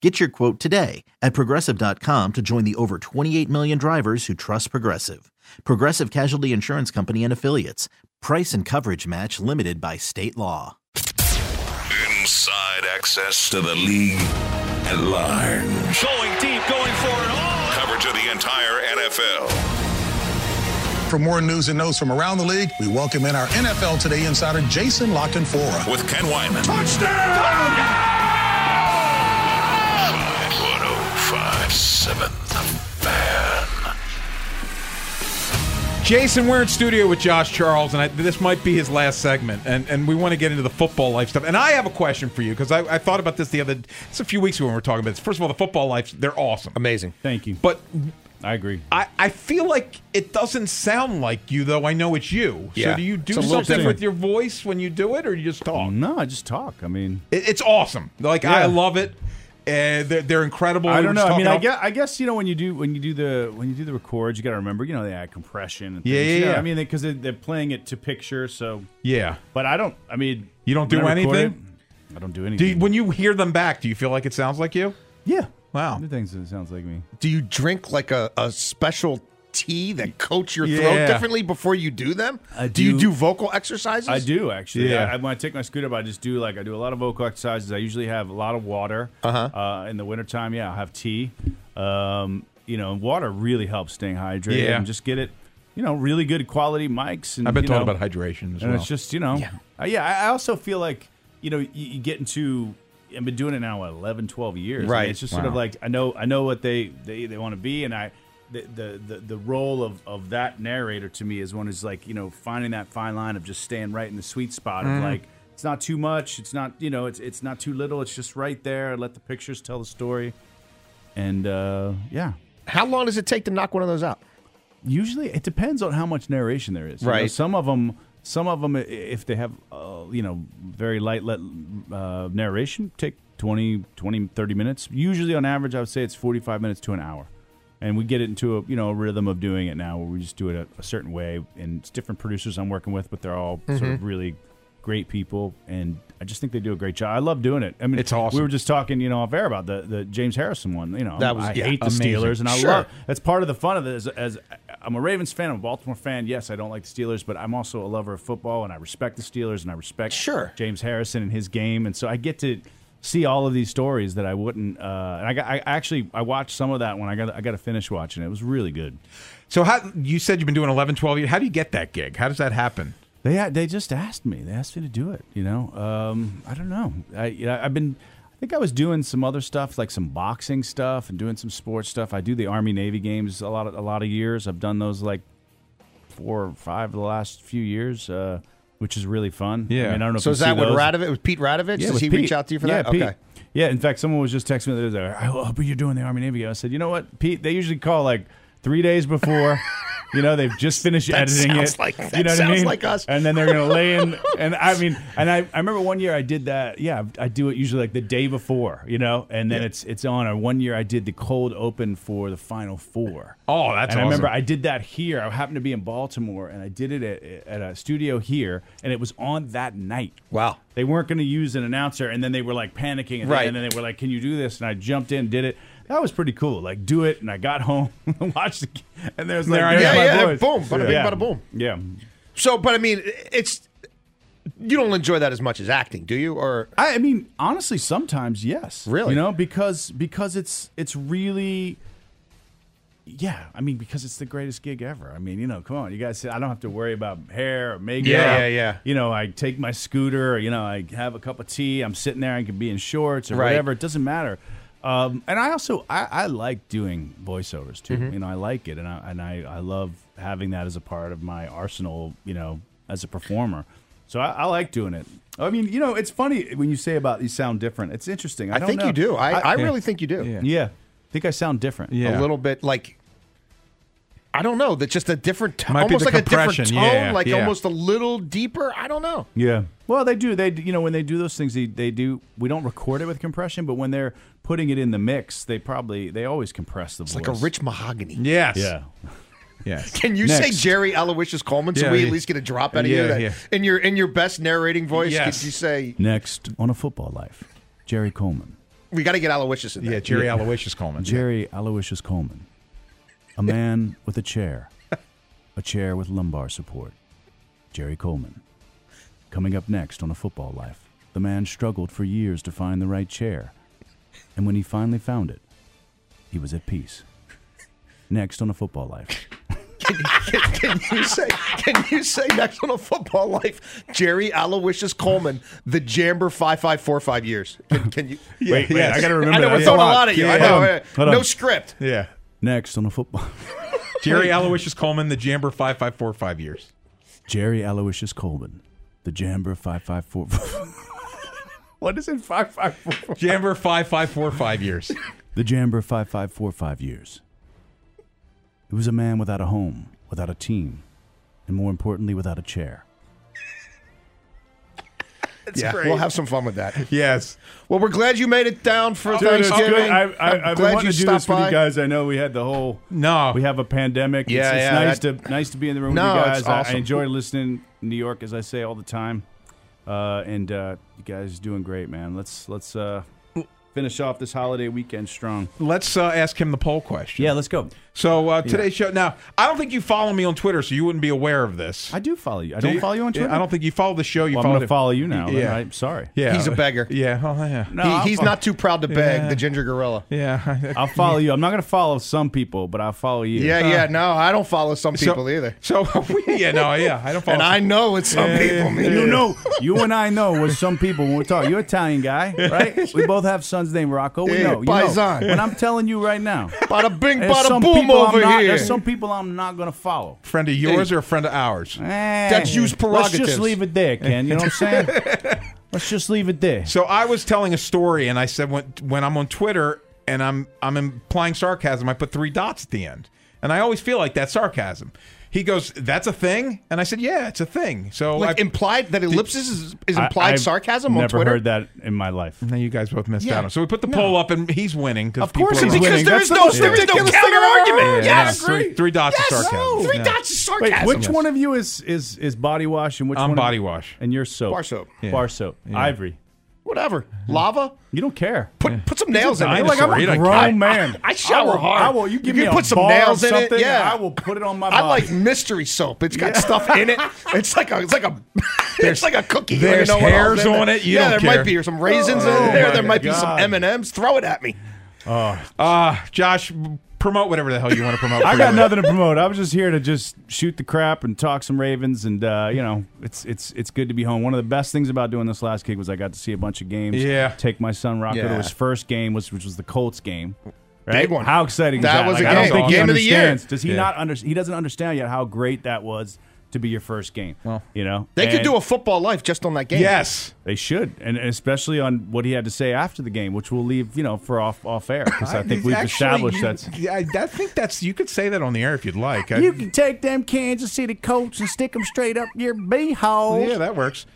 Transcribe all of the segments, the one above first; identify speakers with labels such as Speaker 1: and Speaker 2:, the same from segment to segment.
Speaker 1: Get your quote today at progressive.com to join the over 28 million drivers who trust Progressive. Progressive Casualty Insurance Company and Affiliates. Price and coverage match limited by state law.
Speaker 2: Inside access to the league at large.
Speaker 3: Going deep, going for it all.
Speaker 2: Coverage of the entire NFL.
Speaker 4: For more news and notes from around the league, we welcome in our NFL Today insider, Jason Lockenfora.
Speaker 2: With Ken Wyman. oh Touchdown! 1057 The Fan.
Speaker 5: Jason, we're in studio with Josh Charles, and I, this might be his last segment, and, and we want to get into the football life stuff. And I have a question for you because I, I thought about this the other, it's a few weeks ago when we were talking about this. First of all, the football life, they're awesome.
Speaker 6: Amazing.
Speaker 7: Thank you.
Speaker 5: But
Speaker 7: I agree.
Speaker 5: I, I feel like it doesn't sound like you, though. I know it's you.
Speaker 6: Yeah.
Speaker 5: So do you do
Speaker 6: It's a little
Speaker 5: something
Speaker 6: different.
Speaker 5: with your voice when you do it, or you just talk?
Speaker 7: no, I just talk. I mean,
Speaker 5: It, it's awesome. Like I
Speaker 7: Yeah.
Speaker 5: love it. Uh, they're, they're incredible.
Speaker 7: I
Speaker 5: We
Speaker 7: don't
Speaker 5: were
Speaker 7: know.
Speaker 5: just
Speaker 7: I mean, I
Speaker 5: talking
Speaker 7: guess, I guess you know when you do when you do the when you do the records, you got to remember, you know, they add compression. And
Speaker 5: Yeah,
Speaker 7: things.
Speaker 5: yeah,
Speaker 7: You know,
Speaker 5: yeah.
Speaker 7: I mean, because they, are playing it to picture, so.
Speaker 5: Yeah.
Speaker 7: But I don't. I mean,
Speaker 5: You don't do
Speaker 7: when I record
Speaker 5: anything?
Speaker 7: it, I don't do
Speaker 5: Do
Speaker 7: anything.
Speaker 5: you, when you hear them back, do you feel like it sounds like you?
Speaker 7: yeah.
Speaker 5: Wow.
Speaker 7: The things that sounds like me.
Speaker 6: Do you drink like a, a special tea that coats your
Speaker 5: Yeah.
Speaker 6: throat differently before you do them?
Speaker 7: I
Speaker 6: you
Speaker 7: do-
Speaker 6: do vocal exercises?
Speaker 7: I do actually.
Speaker 5: Yeah.
Speaker 7: I, I- when I take my scooter, I just do like I do a lot of vocal exercises. I usually have a lot of water. Uh-huh. in the wintertime, yeah, I will have tea. Um, you know, water really helps staying hydrated.
Speaker 5: Yeah.
Speaker 7: And just get it. You know, really good quality mics. And,
Speaker 5: I've been
Speaker 7: you
Speaker 5: talking
Speaker 7: know,
Speaker 5: about hydration as
Speaker 7: and
Speaker 5: well.
Speaker 7: it's just you know, yeah. Uh, yeah I I also feel like you know you, you get into. I've been doing it now what, 11, 12 years. I mean,
Speaker 6: Right.
Speaker 7: it's just sort of like I know I know what they they, they want to be, and I the, the the the role of of that narrator to me is one is like you know finding that fine line of just staying right in the sweet spot of like. It's not too much. It's not you know. It's it's not too little. It's just right there. Let the pictures tell the story, and uh, yeah.
Speaker 6: How long does it take to knock one of those out?
Speaker 7: Usually, it depends on how much narration there is. You know,
Speaker 6: Right.
Speaker 7: some of them, some of them, if they have, uh, you know, very light let, uh, narration, take 20, 20, 30 minutes. Usually, on average, I would say it's forty-five minutes to an hour, and we get it into a you know a rhythm of doing it now, where we just do it a, a certain way. And it's different producers I'm working with, but they're all sort
Speaker 6: Mm-hmm.
Speaker 7: of really great people, and I just think they do a great job. I love doing it. I mean,
Speaker 5: It's awesome.
Speaker 7: We were just talking, you know, off air about the the James Harrison one. You know,
Speaker 6: That was-
Speaker 7: I
Speaker 6: yeah,
Speaker 7: hate the
Speaker 5: amazing.
Speaker 7: Steelers, and I
Speaker 6: Sure.
Speaker 7: love that's part of the fun of it. As, as I'm a Ravens fan, I'm a Baltimore fan. Yes, I don't like the Steelers, but I'm also a lover of football, and I respect the Steelers, and I respect
Speaker 6: Sure.
Speaker 7: James Harrison and his game, and so I get to see all of these stories that I wouldn't. Uh, and I, got, I actually I watched some of that when I got I got to finish watching. It It was really good.
Speaker 5: So how you said you've been doing 11, 12 years. How do you get that gig? How does that happen?
Speaker 7: They they just asked me. They asked me to do it. You know, um, I don't know. I you know, I've been. I think I was doing some other stuff, like some boxing stuff and doing some sports stuff. I do the Army Navy games a lot of a lot of years. I've done those like four or five of the last few years, uh, which is really fun.
Speaker 5: Yeah.
Speaker 7: I, mean, I don't know. if
Speaker 6: So
Speaker 7: you
Speaker 6: is
Speaker 7: see
Speaker 6: that what
Speaker 7: those.
Speaker 6: Radovich, was Pete Radovich?
Speaker 7: Yeah,
Speaker 6: Does
Speaker 7: with
Speaker 6: he
Speaker 7: Pete.
Speaker 6: reach out to you for
Speaker 7: yeah,
Speaker 6: that?
Speaker 7: Pete.
Speaker 6: Okay.
Speaker 7: Yeah, in fact, someone was just texting me the other day. I hope you're doing the Army Navy. game." I said, you know what, Pete? They usually call like three days before. You know, they've just finished
Speaker 6: That
Speaker 7: editing
Speaker 6: sounds
Speaker 7: it.
Speaker 6: like- that
Speaker 7: you know what I
Speaker 6: sounds
Speaker 7: mean?
Speaker 6: like us.
Speaker 7: And then they're gonna lay in, and I mean, and I, I remember one year I did that. Yeah, I do it usually like the day before, you know, and then it's it's on. Or one year I did the cold open for the final four.
Speaker 5: Oh, that's
Speaker 7: And I remember
Speaker 5: awesome.
Speaker 7: I did that here. I happened to be in Baltimore, and I did it at, at a studio here, and it was on that night.
Speaker 5: Wow.
Speaker 7: They weren't going to use an announcer, and then they were like panicking, and,
Speaker 5: Right.
Speaker 7: and then they were like, "Can you do this?" And I jumped in, did it. That was pretty cool. Like, do it, and I got home, watched, it, and there's like,
Speaker 5: There I am.
Speaker 7: there's my
Speaker 6: Yeah, yeah,
Speaker 7: voice.
Speaker 6: boom, bada bing,
Speaker 7: yeah.
Speaker 6: bada boom.
Speaker 7: Yeah,
Speaker 6: So, but I mean, it's you don't enjoy that as much as acting, do you? Or
Speaker 7: I, I mean, honestly, sometimes yes.
Speaker 6: Really?
Speaker 7: you know, because because it's it's really. Yeah, I mean, because it's the greatest gig ever. I mean, you know, come on, you guys. say I don't have to worry about hair or makeup.
Speaker 6: Yeah, yeah, yeah.
Speaker 7: You know, I take my scooter. You know, I have a cup of tea. I'm sitting there. I can be in shorts or
Speaker 6: Right.
Speaker 7: whatever. It doesn't matter. Um, and I also I, I like doing voiceovers too.
Speaker 6: Mm-hmm.
Speaker 7: You know, I like it, and I and I, I love having that as a part of my arsenal. You know, as a performer, so I, I like doing it. I mean, you know, it's funny when you say about you sound different. It's interesting. I,
Speaker 6: I,
Speaker 7: don't
Speaker 6: think
Speaker 7: know.
Speaker 6: you do. I, I, really think you do.
Speaker 7: yeah, I think I sound different.
Speaker 5: Yeah.
Speaker 6: A little bit like I don't know. That's just a different, tone,
Speaker 5: Might be
Speaker 6: almost
Speaker 5: the
Speaker 6: like a different
Speaker 5: compression,
Speaker 6: tone,
Speaker 5: yeah,
Speaker 6: like
Speaker 5: yeah.
Speaker 6: almost a little deeper. I don't know.
Speaker 7: Yeah. Well, they do. They you know when they do those things, they, they do. We don't record it with compression, but when they're putting it in the mix, they probably they always compress the
Speaker 6: It's
Speaker 7: voice.
Speaker 6: like a rich mahogany.
Speaker 5: Yes.
Speaker 7: Yeah.
Speaker 5: Yes.
Speaker 6: Can you say
Speaker 7: Next.
Speaker 6: Jerry Aloysius Coleman so
Speaker 5: Yeah,
Speaker 6: we at
Speaker 5: yeah.
Speaker 6: least get a drop out of you?
Speaker 5: Yeah,
Speaker 6: That,
Speaker 5: yeah.
Speaker 6: In your in your best narrating voice,
Speaker 5: Yes.
Speaker 6: could you say
Speaker 7: Next on a football life, Jerry Coleman.
Speaker 6: we got to get Aloysius in there?
Speaker 5: Yeah, Jerry Aloysius Coleman.
Speaker 7: Jerry Aloysius Coleman, a man with a chair, a chair with lumbar support. Jerry Coleman. Coming up next on A Football Life, the man struggled for years to find the right chair, and when he finally found it, he was at peace. Next on A Football Life.
Speaker 6: can you say can you say next on a football life Jerry Aloysius Coleman the Jamber five five four five years? Can, can you?
Speaker 7: Wait, wait, I gotta remember
Speaker 6: I know
Speaker 7: that.
Speaker 6: we're
Speaker 7: Yeah.
Speaker 6: throwing a
Speaker 7: Hold on.
Speaker 6: lot at you. I
Speaker 7: Yeah.
Speaker 6: know.
Speaker 7: Hold on.
Speaker 6: yeah.
Speaker 7: Hold on.
Speaker 6: No script.
Speaker 5: Yeah.
Speaker 7: Next on A Football
Speaker 5: Jerry Aloysius Coleman, the Jamber 5545 years.
Speaker 7: Jerry Aloysius Coleman, the Jamber 554. what is it? 554.
Speaker 5: Jamber 5545 years.
Speaker 7: The Jamber 5545 years. He was a man without a home, without a team, and more importantly, without a chair.
Speaker 6: yeah, we'll have some fun with that.
Speaker 5: Yes.
Speaker 6: Well, we're glad you made it down for Thanksgiving. I'm
Speaker 7: I know we had the whole.
Speaker 5: No.
Speaker 7: We have a pandemic. It's-
Speaker 6: Yeah,
Speaker 7: it's,
Speaker 6: yeah,
Speaker 7: nice
Speaker 6: that-
Speaker 7: to nice to be in the room
Speaker 6: No,
Speaker 7: with you guys.
Speaker 6: it's
Speaker 7: I-
Speaker 6: awesome.
Speaker 7: I, enjoy listening to New York, as I say all the time. Uh, and uh, you guys are doing great, man. Let's let's uh, finish off this holiday weekend strong.
Speaker 5: Let's uh, ask him the poll question.
Speaker 7: Yeah, let's go.
Speaker 5: So uh, today's show. Now, I don't think you follow me on Twitter, so you wouldn't be aware of this.
Speaker 7: I do follow you. I don't
Speaker 5: you-
Speaker 7: follow you on
Speaker 5: Yeah,
Speaker 7: Twitter.
Speaker 5: I don't think you follow the show. You
Speaker 7: Well, I'm
Speaker 5: follow
Speaker 7: going to follow you now.
Speaker 5: Yeah.
Speaker 7: Yeah. I'm sorry.
Speaker 5: Yeah.
Speaker 6: He's a beggar.
Speaker 5: Yeah. Oh, yeah.
Speaker 7: No, I'll
Speaker 6: He, he's
Speaker 7: fo-
Speaker 6: not too proud to beg
Speaker 5: Yeah.
Speaker 6: the ginger gorilla.
Speaker 5: Yeah.
Speaker 7: I'll follow you. I'm not going to follow some people, but I'll follow you.
Speaker 6: Yeah, yeah. No, I don't follow some people either,
Speaker 5: So, yeah, no, yeah. I don't follow
Speaker 6: and I know it's some people. man.
Speaker 7: You know, you and I know what some people when we talk. You're Italian guy, right? We both have sons named Rocco. We
Speaker 6: Yeah,
Speaker 7: know. You
Speaker 6: paisan.
Speaker 7: know. But I'm telling you right now,
Speaker 6: Bada bing,
Speaker 7: there's
Speaker 6: bada
Speaker 7: some
Speaker 6: boom
Speaker 7: people I'm
Speaker 6: over
Speaker 7: not,
Speaker 6: here.
Speaker 7: There's some people I'm not going to follow.
Speaker 5: friend of yours or a friend of ours.
Speaker 7: That's
Speaker 6: used
Speaker 7: Let's
Speaker 6: prerogatives.
Speaker 7: just leave it there, Ken. You know what I'm saying? Let's just leave it there.
Speaker 5: So I was telling a story, and I said when when I'm on Twitter and I'm I'm implying sarcasm, I put three dots at the end, and I always feel like that's sarcasm. He goes, "That's a thing," and I said, "Yeah, it's a thing." So
Speaker 6: Like
Speaker 5: I,
Speaker 6: implied that ellipsis is, is implied sarcasm on Twitter.
Speaker 7: that in my life.
Speaker 5: now you guys both missed
Speaker 6: Yeah.
Speaker 5: out. on So we put the poll up, and he's winning.
Speaker 7: Of course
Speaker 5: people
Speaker 7: he's
Speaker 5: are-
Speaker 7: winning.
Speaker 6: because there
Speaker 7: That's
Speaker 6: is
Speaker 7: the
Speaker 6: no
Speaker 7: most
Speaker 6: there is no
Speaker 7: ridiculous
Speaker 6: counter argument.
Speaker 5: Yeah,
Speaker 6: Yes,
Speaker 5: three, three dots
Speaker 6: yes,
Speaker 5: of sarcasm.
Speaker 6: three
Speaker 5: Yeah.
Speaker 6: dots is
Speaker 7: Wait,
Speaker 6: sarcasm.
Speaker 7: which one of you is is is body wash and which
Speaker 5: I'm
Speaker 7: one
Speaker 5: body wash.
Speaker 7: and you're soap?
Speaker 6: Bar soap.
Speaker 7: Bar soap. Ivory.
Speaker 6: Whatever. Lava.
Speaker 7: You don't care.
Speaker 6: Put put some nails in it.
Speaker 5: dinosaur.
Speaker 7: Like I'm
Speaker 5: Sorry, I
Speaker 7: a
Speaker 5: don't
Speaker 7: grown
Speaker 5: care.
Speaker 6: I-
Speaker 7: man.
Speaker 6: I- I shower
Speaker 7: will-
Speaker 6: hard.
Speaker 7: I will. You
Speaker 6: You
Speaker 7: give
Speaker 6: can
Speaker 7: me a
Speaker 6: put some
Speaker 7: bar
Speaker 6: nails
Speaker 7: or
Speaker 6: in it,
Speaker 7: something,
Speaker 6: yeah.
Speaker 7: I will put it on my.
Speaker 6: I
Speaker 7: body.
Speaker 6: like mystery soap. It's got stuff in it. It's like a it's like a it's like a cookie. You don't
Speaker 5: there's
Speaker 6: know what
Speaker 5: hairs
Speaker 6: all's in
Speaker 5: on it. You
Speaker 6: yeah,
Speaker 5: don't
Speaker 6: there
Speaker 5: care.
Speaker 6: might be some raisins in
Speaker 7: my
Speaker 6: there. There might be some
Speaker 7: God.
Speaker 6: M and M's. Throw it at me.
Speaker 5: Uh, Josh, promote whatever the hell you want to promote.
Speaker 7: I
Speaker 5: for
Speaker 7: got
Speaker 5: you.
Speaker 7: nothing to promote. I was just here to just shoot the crap and talk some Ravens, and uh, you know, it's it's it's good to be home. One of the best things about doing this last gig was I got to see a bunch of games.
Speaker 5: Yeah.
Speaker 7: take my son Rocco
Speaker 6: Yeah.
Speaker 7: to his first game, which which was the Colts game.
Speaker 6: Big one.
Speaker 7: How exciting! is
Speaker 6: That was
Speaker 7: Like,
Speaker 6: a
Speaker 7: I don't
Speaker 6: game.
Speaker 7: think he
Speaker 6: Game of the year.
Speaker 7: understands. Does he
Speaker 5: Yeah.
Speaker 7: not under? He doesn't understand yet how great that was to be your first game.
Speaker 5: Well,
Speaker 7: you know
Speaker 6: They could
Speaker 7: And-
Speaker 6: do a football life just on that game.
Speaker 5: Yes.
Speaker 7: They should, and especially on what he had to say after the game, which we'll leave, you know, for off off air because I, think we've
Speaker 5: Actually,
Speaker 7: established
Speaker 5: you-
Speaker 7: that's
Speaker 5: Yeah, I, I think that's. You could say that on the air if you'd like. I-
Speaker 7: You can take them Kansas City Colts and stick them straight up your beehole.
Speaker 5: yeah, that works.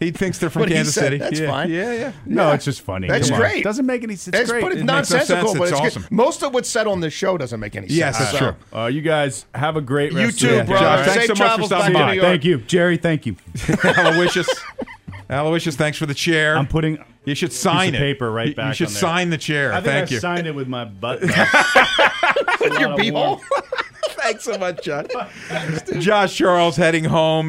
Speaker 5: He thinks they're from
Speaker 6: What he
Speaker 5: Kansas
Speaker 6: said,
Speaker 5: City.
Speaker 6: that's
Speaker 5: yeah.
Speaker 6: fine.
Speaker 5: Yeah, yeah.
Speaker 7: No, it's just funny.
Speaker 6: That's
Speaker 7: Come on.
Speaker 6: great.
Speaker 7: Doesn't make any sense.
Speaker 6: It's,
Speaker 7: great.
Speaker 6: but it's
Speaker 5: It makes no sense.
Speaker 6: nonsensical. but
Speaker 5: It's
Speaker 6: it's good.
Speaker 5: awesome.
Speaker 6: Most of what's said on this show doesn't make any
Speaker 5: Yes,
Speaker 6: sense.
Speaker 5: that's true.
Speaker 7: Uh, you guys have a great
Speaker 6: You
Speaker 7: rest
Speaker 6: too,
Speaker 7: of the
Speaker 6: brother.
Speaker 5: Josh, thanks
Speaker 6: Safe
Speaker 5: so much for
Speaker 6: travels back
Speaker 5: stopping
Speaker 6: to
Speaker 5: by.
Speaker 6: New York.
Speaker 7: Thank you, Jerry. Thank you.
Speaker 5: Aloysius. Aloysius, thanks for the chair.
Speaker 7: I'm putting.
Speaker 5: You should sign
Speaker 7: piece
Speaker 5: it.
Speaker 7: of paper right
Speaker 5: You- You
Speaker 7: back
Speaker 5: should
Speaker 7: on there.
Speaker 5: sign the chair.
Speaker 7: I think
Speaker 5: Thank
Speaker 7: I
Speaker 5: you.
Speaker 7: signed it with my butt.
Speaker 6: With your beehole.
Speaker 5: Thanks so much, Josh. Josh Charles heading home.